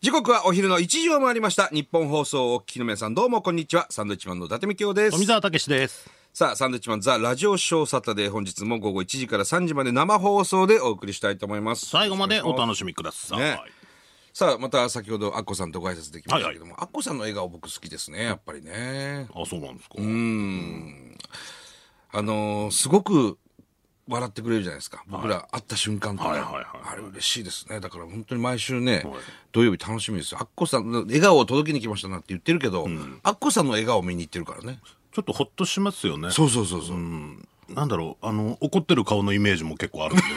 時刻はお昼の1時を回りました。日本放送をお聞きの皆さんどうもこんにちは。サンドウィッチマンの伊達美京です。富澤たけしです。さあ、サンドウィッチマンザ・ラジオショーサタデー本日も午後1時から3時まで生放送でお送りしたいと思います。最後までお楽しみください。ねさあ、また先ほどアッコさんとご挨拶できましたけども、アッコさんの笑顔僕好きですね、やっぱりね。あ、そうなんですか。あのーすごく笑ってくれるじゃないですか。僕ら会った瞬間とか、はいはいはいはいあれ嬉しいですね。だから本当に毎週ね、土曜日楽しみですよ。アッコさんの笑顔を届けに来ましたなって言ってるけど、アッコさんの笑顔を見に行ってるからね。ちょっとほっとしますよね。そうそうそうそう。なんだろう、あの、怒ってる顔のイメージも結構あるんで。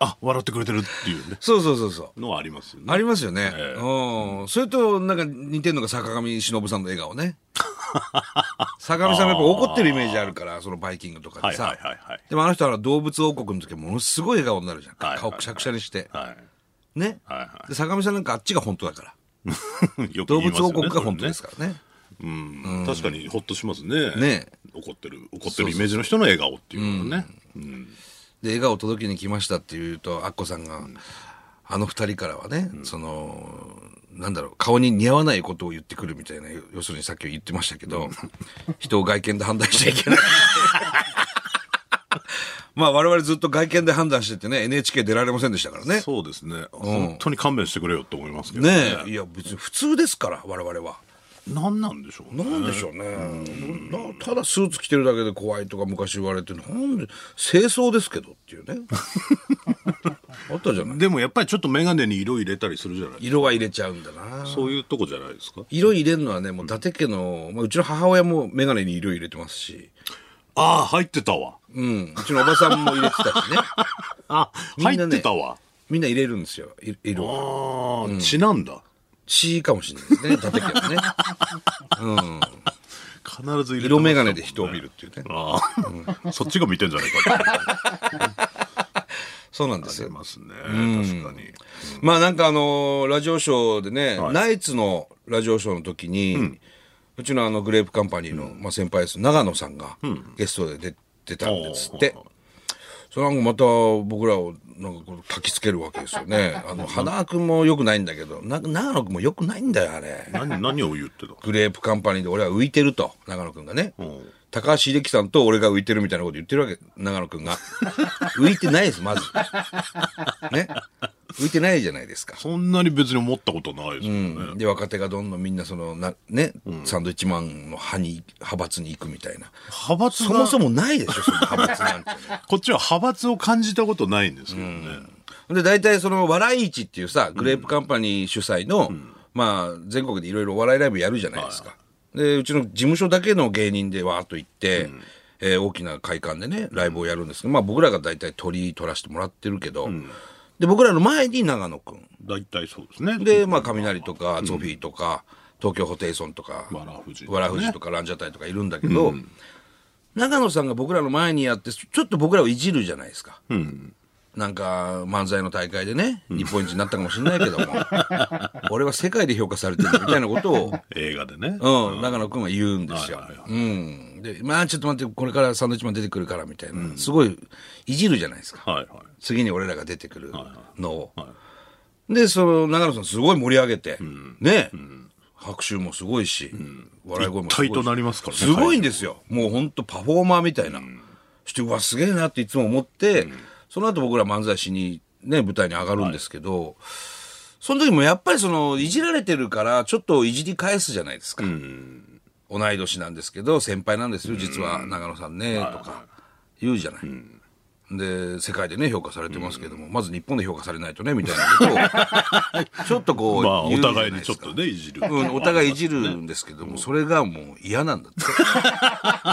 あ、笑ってくれてるっていうね、そうそうそうそう。のはありますよね。ありますよね。うん。それと、なんか似てるのが坂上忍さんの笑顔 ね。坂上さんがやっぱ怒ってるイメージあるから、そのバイキングとかでさ。はいはいはいはいでもあの人は動物王国の時はものすごい笑顔になるじゃん。はいはいはい顔くしゃくしゃにして。はね、はいはいで。坂上さんなんかあっちが本当だから。い。 よく動言い物ま王すよね国が本当ですそからね。れねうん。確かにほっとしますね。ね怒ってる、怒ってるイメージの人の笑顔っていうのはね。で、笑顔届けに来ましたって言うと、アッコさんが、あの二人からはね、その、なんだろう、顔に似合わないことを言ってくるみたいな、要するにさっき言ってましたけ ど、人を外見で判断しちゃいけない。 まあ我々ずっと外見で判断しててね、NHK 出られませんでしたからね。そうですね。本当に勘弁してくれよって思いますけどねえ、いや別に普通ですから、我々は。何なんでしょうね。なんでしょうね、なただスーツ着てるだけで怖いとか昔言われてなんで清掃ですけどっていう ねあったじゃないでもやっぱりちょっと眼鏡に色入れたりするじゃない色は入れちゃうんだなそういうとこじゃないですか色入れるのはねもう伊達家の、まあ、うちの母親も眼鏡に色入れてますし、ああ、入ってたわ。うん、うちのおばさんも入れてたしねあ、み入んなっねてたわ。みんな入れるんですよい色はああ、血なんだ。血かもしれないですね伊達家はね必ず入れてましたもんね色眼鏡で人を見るっていうねああ、そっちが見てんじゃないかって そうなんです言よってますね。確かに。まあなんかあのーラジオショーでね、ナイツのラジオショーの時に、うちのあのグレープカンパニーの、まあ、先輩です長野さんがゲストで出てたんですって、それなんかまた僕らをなんかこう焚きつけるわけですよ ねあの花輪君もよくないんだけどな長野君もよくないんだよあれ何、何を言ってたグレープカンパニーで俺は浮いてると長野君がね、ん高橋英樹さんと俺が浮いてるみたいなこと言ってるわけ長野 君が浮いてないですまずね浮いてないじゃないですかそんなに別に思ったことないですよね。で若手がどんどんみんなそのなね、サンドイッチマンの派に派閥に行くみたいな派閥が、そもそもないでしょその派閥なんて、こっちは派閥を感じたことないんですけどね。で大体その笑い市っていうさグレープカンパニー主催の、まあ全国でいろいろお笑いライブやるじゃないですか、でうちの事務所だけの芸人でわーっと行って、えー大きな会館でねライブをやるんですけどまあ僕らが大体取り取らせてもらってるけど、で僕らの前に長野くん大体そうですね。で、まあ、雷とか、ゾフィーとか、東京ホテイソンとか、わらふじとかねわらふじとか、ランジャタイとかいるんだけど、長野さんが僕らの前にやって、ちょっと僕らをいじるじゃないですか。なんか、漫才の大会でね、日本一になったかもしれないけ ども、俺は世界で評価されてるみたいなことを、映画でね。うん、長野くんは言うんですよはいはい。はうん。で、まあ、ちょっと待って、これからサンドイッチマン出てくるから、みたいな。すごい、いじるじゃないですか。はいはい。次に俺らが出てくるのを。はいはで、その長野さんすごい盛り上げて、ね、拍手もすごいし、笑い声もすごいし。一体となりますからねすごいんですよ。もうほんとパフォーマーみたいな。して、うわ、すげえなっていつも思って、その後僕ら漫才しに、ね、舞台に上がるんですけど、その時もやっぱりその、いじられてるから、ちょっといじり返すじゃないですか。同い年なんですけど、先輩なんですよ、実は長野さんね、とか言うじゃない。で、世界でね、評価されてますけども、まず日本で評価されないとね、みたいな ことを、ちょっとこう、まあ、お言うじゃな互いでにすちょかっとね、いじる。うん、お互いいじるんですけども、それがもう嫌なんだって。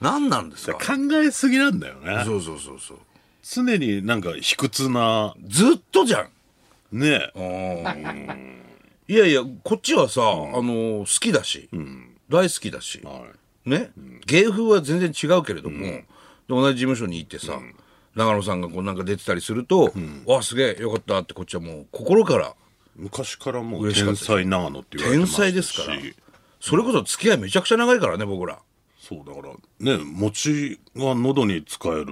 何 なんですか考えすぎなんだよね。そうそうそうそう。常になんか卑屈な、ずっとじゃん。ねえ。いやいや、こっちはさ、あの、好きだし、大好きだし、はいね、芸風は全然違うけれども、で同じ事務所に行ってさ、長野さんがこうなんか出てたりすると、わあ、すげえ、よかったって、こっちはもう心から、昔からもう嬉しかっ天たです才長野って言われて天ますし才ですから、それこそ付き合いめちゃくちゃ長いからね、僕ら。そうだからね餅が喉に使える、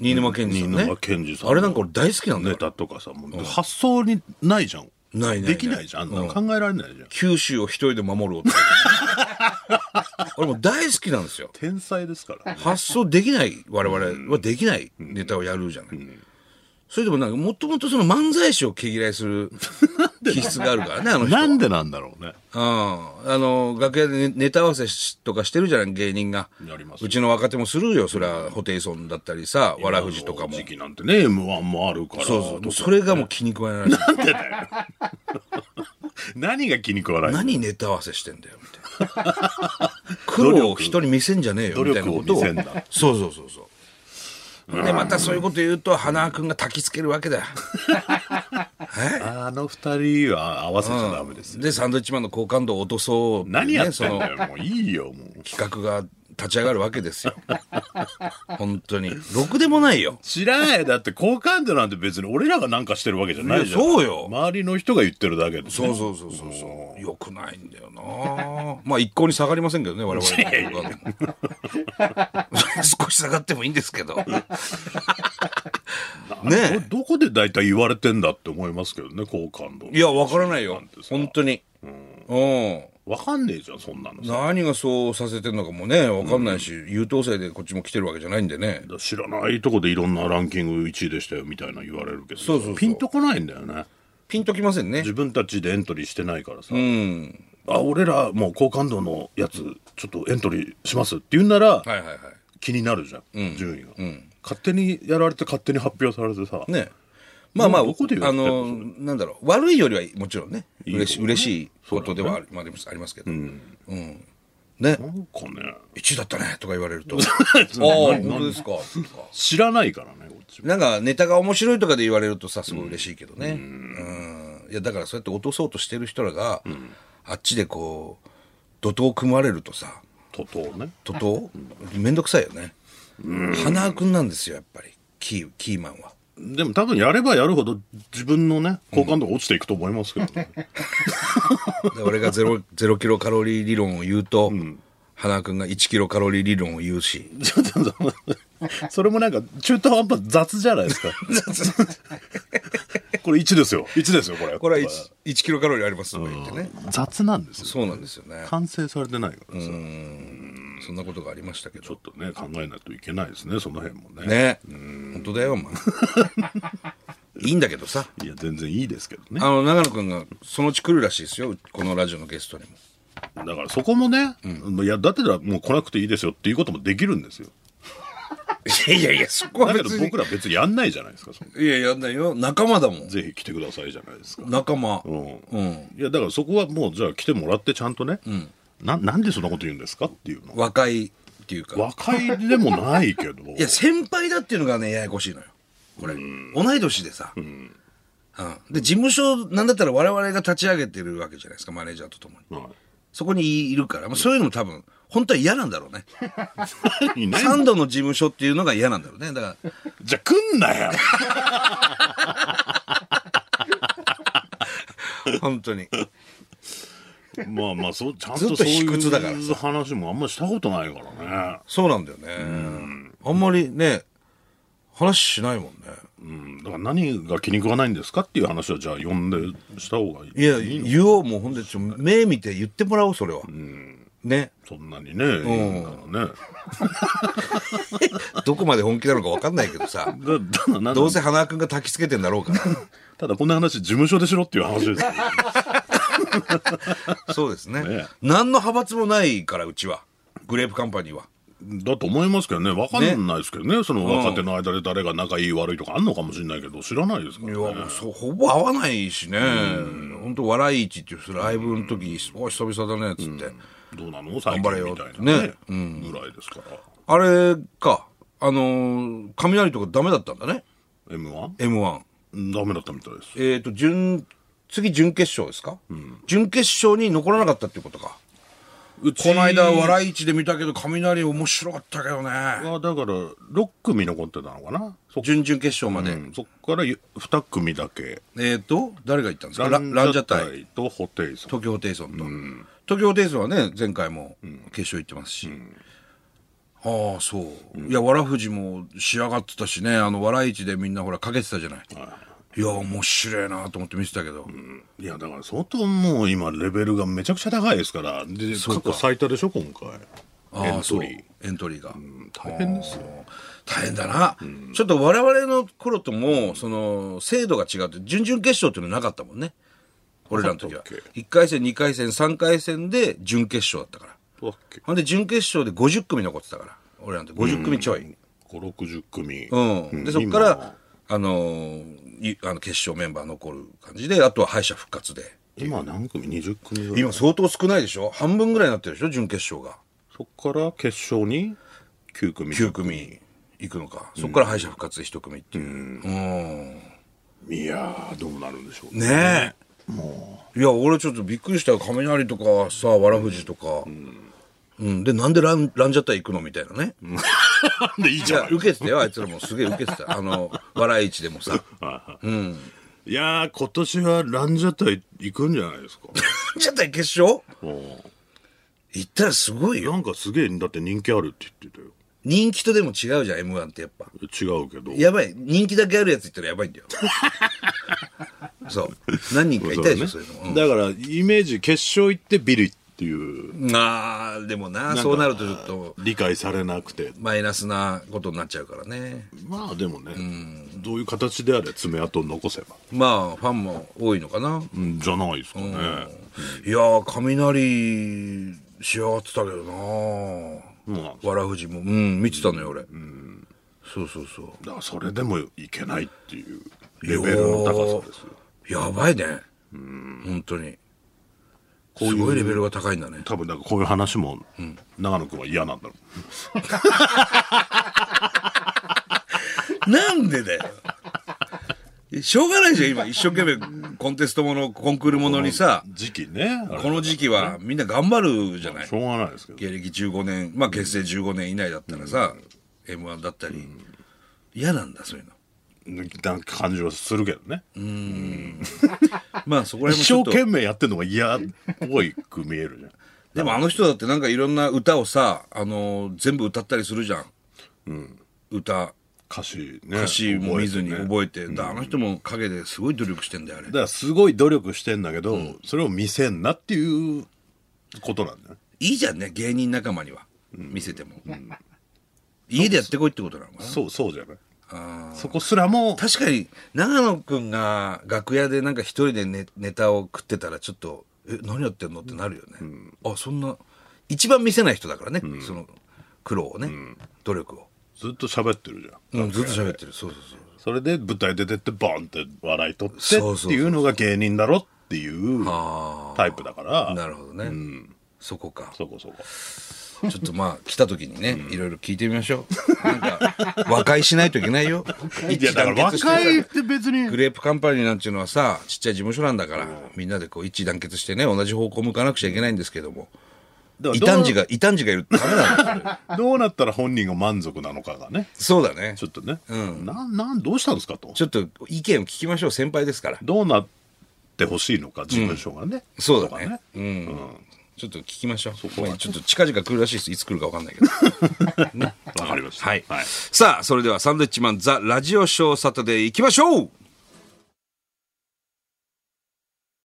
新沼謙治さんね新沼謙治さんのあれなんか俺大好きなんだネよタとかさもう発想にないじゃんないないできないじゃんあんなの考えられないじゃん九州を一人で守る男 俺もう大好きなんですよ天才ですから発想できない我々はできないネタをやるじゃない、それでもなんかもともとその漫才師を毛嫌いする気質があるからねあの人はなんでなんだろうねうん、あの楽屋でネネタ合わせしとかしてるじゃない芸人がやりますようちの若手もするよそれはホテイソンだったりさわらふじとかも時期なんてね m 1もあるからそうそうもうそれがもう気に食わない何が気に食わない何ネタ合わせしてんだよみたい な苦労を人に見せんじゃねえよ努みた力いなこをと見をせんだそうそうそうそうでまたそういうこと言うと花輪君が焚きつけるわけだよあの二人は合わせちゃダメですよでサンドウィッチマンの好感度を落とそうっていうね何やってんそのだよもういいよもう企画が立ち上がるわけですよ本当にろくでもないよ知らないだって好感度なんて別に俺らがなんかしてるわけじゃないじゃんいやそうよ周りの人が言ってるだけでそうそうそうそうそうよくないんだよな まあ一向に下がりませんけどね我々の好感度 少し下がってもいいんですけどねえどどこで大体言われてんだって思いますけどね好感度いや、わからないよんて。さ本当に。うん。わかんねえじゃんそんなのさ何がそうさせてんのかもね、わかんないし、優等生でこっちも来てるわけじゃないんでね。知らないとこでいろんなランキング1位でしたよみたいな言われるけどそうそうそうピンとこないんだよねピンときませんね自。分たちでエントリーしてないからさ、あ俺らもう好感度のやつちょっとエントリーしますって言うなら、はいはいは気になるじゃん、順位が、勝手にやられて勝手に発表されてさ、い。ね。まあまあ、あどこで言われてんのの、なんだろう、悪いよりはもちろんね、い嬉しよ嬉しいことではありまあありますありますけど。うん。ねな、んかね1位だったねとか言われ ると、ああ、本当ですか。とか知らないからねこっちもなんかネタが面白いとかで言われるとさ、すごい嬉しいけどね。うん。いや、だからそうやって落とそうとしてる人らが、あっちでこう、怒涛組まれるとさ、徒党ね怒涛めんどくさいよね。花輪君なんですよ、やっぱり。キー、キーマンは。でも多分やればやるほど自分のね好感度が落ちていくと思いますけどね、で俺がゼ ロ、ゼロキロカロリー理論を言うと、花輪君が1キロカロリー理論を言うし。 ちょっとそれもなんか中途半端雑じゃないですかこれ1ですよ1ですよこれこれは 1, 1キロカロリーありますとか言ってね。雑なんですよそうなんですよね。完成されてないからさ、そんなことがありましたけちょどっ。とね考えないといけないですねその辺もねね。本当だよ、お 前。いいんだけどさ。いや全然いいですけどねあの、長野くんが、そのうち来るらしいですよ。このラジオのゲストにも。だからそこもね、いやだってらもう来なくていいですよっていうこともできるんですよいやいやいや、そこはだけ別どに。僕ら別にやんないじゃないですかそのいや、やんないよ。仲間だもん。ぜひ来てくださいじゃないですか仲間。ううんん、いやだからそこはもうじゃあ来てもらってちゃんとね、ななんでそんなこと言うんですかっていうの若いっていうか。若いでもないけど いや、先輩だっていうのがね、ややこしいのよ。これ。同い年でさ。うん。で、事務所、なんだったら我々が立ち上げてるわけじゃないですか、マネージャーと共に。はそこにいるから、まあ、そういうのも多分、本当は嫌なんだろうね。いいないサンドの事務所っていうのが嫌なんだろうね。だから、じゃあ来ん なよ 本当に。まあまあそうちゃんずっととそう卑屈だからさいう話もあんましたことないからねそうなんだよね。あんまりね、話しないもんね。うんだから何が気に食わないんですかっていう話はじゃあ呼んでした方がいいいや、言おう、もうほんで、ちょ目見て言ってもらおう、それは。ね。そんなにねいいからね。どこまで本気なのか分かんないけどさ だただなんどうせ花輪君が焚きつけてんだろう から。ただこんな話事務所でしろっていう話 ですよそうですねね何の派閥もないから、うちは。グレープカンパニーは。だと思いますけどね分かんないですけどねその若手の間で誰が仲いい悪いとかあんのかもしれないけど知らないですかいらや、ねもうそう、ほぼ合わないしね。本当笑い市っていう、ライブの時、お久々だね、つって。どうなの最頑張れ近よみたいなねねぐらいですからあれか、あのー雷とかダメだったんだね。 M1 M1。ダメだったみたいですえっ、と、準、次準決勝ですか、準決勝に残らなかったってことか。うこの間、笑い市で見たけど、雷面白かったけどね。はだから6組残ってたのかなそ,、準々決勝まで。うんそっから2組だけえっ、と、誰が行ったんですかラランジャタイ、イとホテイソン東京ホテイソンと。東京ホテイソンはね、前回も決勝行ってますし。ああそう、いやわらふじも仕上がってたしねあの笑い市でみんなほらかけてたじゃない、い、や面白いなと思って見てたけど、いやだから相当もう今レベルがめちゃくちゃ高いですからで過去最多でしょ今回エあンあトそうリーエントリーが、大変ですよ大変だな、ちょっと我々の頃ともその制度が違って準々決勝っていうのなかったもんね俺らの時なはかったっ1回戦2回戦3回戦で準決勝だったからそうだっけほんで準決勝で50組残ってたから俺らの時50組ちょい、 560組うんうんでそこか今ら、あのーいあの決勝メンバー残る感じであとは敗者復活で今何組20組ぐらい今相当少ないでしょ半分ぐらいになってるでしょ準決勝がそこから決勝に9組9組いくのかそこから敗者復活で1組っていう、うんいやーどうなるんでしょうねえいや俺ちょっとびっくりしたよ雷とかさわらふじとか、うんでなんでランランジャタイ行くのみたいなね、なんでいいいじゃやない受けてたよあいつらもすげえ受けて たあの笑い市でもさいやー今年はランジャタイ行くんじゃないですかランジャタイ決勝うん行ったらすごいよ なんかすげえだって人気あるって言ってたよ人気とでも違うじゃん m 1ってやっぱ違うけどやばい人気だけあるやつ言ったらやばいん だよそう何人かいたでしょそう,、いうの、だからイメージ決勝行ってビリっていううんあーでもなそうなるとちょっと理解されなくてマイナスなことになっちゃうからねまあでもね、どういう形であれ爪痕を残せば、まあファンも多いのかな、うん、じゃないですかね、いやー雷仕上がってたけどなまあわらふじもうん見てたのよ俺、そうそうそうだからそれでもいけないっていうレベルの高さですよやばいねうん本当にういうすごいレベルが高いんだね多分なんかこういう話も、長野君は嫌なんだろなんでだよ。しょうがないじゃん、今。一生懸命コンテストもの、コンクールものにさう、時期ねこの時期はみんな頑張るじゃないし。ょうがないですけど芸歴15年、まあ結成15年以内だったらさ、M1 だったり。嫌なんだ、そういうの。なんか感じはするけどねまあそこら一辺も生ちょっ懸命やってるのが嫌っぽいく見えるじゃんと。でもあの人だってなんかいろんな歌をさ、あのー全部歌ったりするじゃん。歌、 歌詞ね歌詞も見ずに覚えてね覚えて。だあの人も陰ですごい努力してんだよ、あれだ。からすごい努力してんだけど、それを見せんなっていうことなんだよねいいじゃんね、芸人仲間には。見せても。家でやってこいってことなのかな。そうそうじゃないあーそこすらも確かに長野くんが楽屋でなんか一人でネネタを食ってたらちょっと「え何やってんの?」ってなるよね、あそんな一番見せない人だからね、その苦労をね、努力を、ずっと喋ってるじゃうんん、ずっと喋ってるそうそうそうそれで舞台出てってボンって笑い取ってそうそうそうっていうのが芸人だろっていうあタイプだからあなるほどね、そこかそこそこちょっとまあ来た時にね、いろいろ聞いてみましょうなんか和解しないといけ ないよいやだから一致団結してさ若いって別にグレープカンパニーなんていうのはさ、ちっちゃい事務所なんだから、みんなでこう一致団結してね、同じ方向向かなくちゃいけないんですけども。だ異からどう端児が、異端児がいるってダメなんだよそれどうなったら本人が満足なのかがねそうだねち。ょっとね、なんなんどうしたんですかとちょっと意見を聞きましょう、先輩ですから。どうなってほしいのか事務所がね、そうとだかね。うん。ちょっと聞きましょう。こはまあちょっと近々来るらしいです。いつ来るか分かんないけど。わかりましたはい。さあ、それではサンドウィッチマンザ・ラジオショーサタデー行きましょう